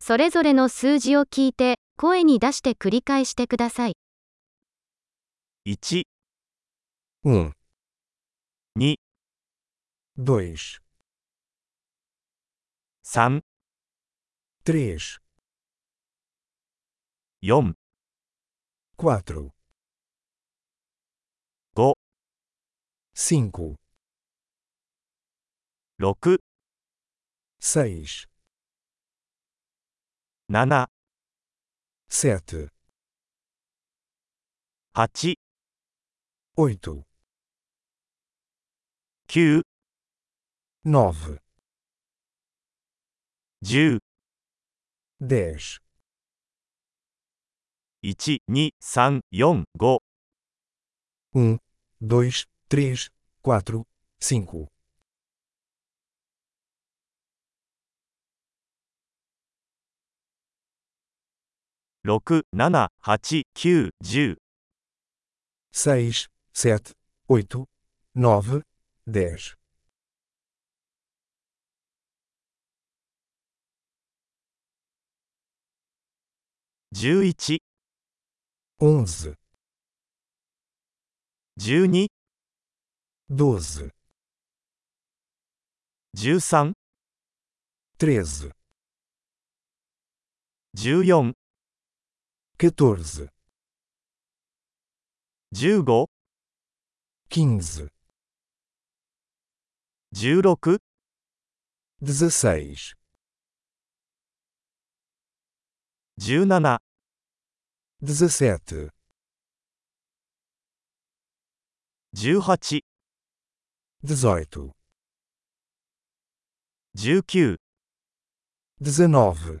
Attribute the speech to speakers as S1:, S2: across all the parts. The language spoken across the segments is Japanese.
S1: それぞれの数字を聞いて、声に出して繰り返してください。
S2: 1、
S3: um,
S2: 2、
S3: dois,
S2: 3、
S3: três,
S2: 4、
S3: quatro,
S2: 5、
S3: cinco,
S2: 6、
S3: seis,
S2: 7、
S3: sete,
S2: 8、
S3: oito,
S2: 9、
S3: nove,
S2: 10、
S3: dez,
S2: 1、2、3、4、5、
S3: um, dois, três, quatro, cinco,
S2: 6、7、8、9、10、
S3: seis, sete, oito, nove, dez,
S2: 11、
S3: onze,
S2: 12、
S3: doze,
S2: 13、
S3: treze,
S2: 14、
S3: quatorze,
S2: 15、
S3: quinze,
S2: 16、
S3: dezesseis,
S2: 17、
S3: dezessete,
S2: 18、
S3: dezoito,
S2: 19、
S3: dezenove,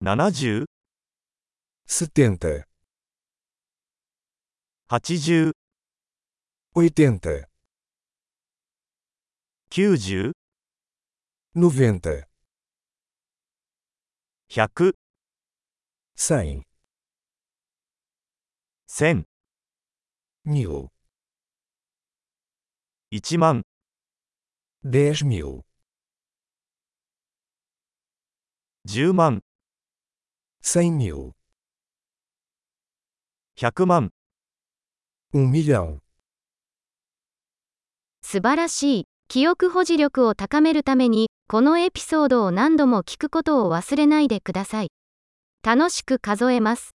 S2: 70、
S3: setenta,
S2: 80、
S3: oitenta,
S2: 90、
S3: noventa,
S2: 100、
S3: cem,
S2: 1000、
S3: mil,
S2: 1万、
S3: dez mil,
S2: 10万、
S3: cem mil,
S2: 100万、
S3: um milhão.
S1: 素晴らしい。記憶保持力を高めるために、このエピソードを何度も聞くことを忘れないでください。楽しく数えます。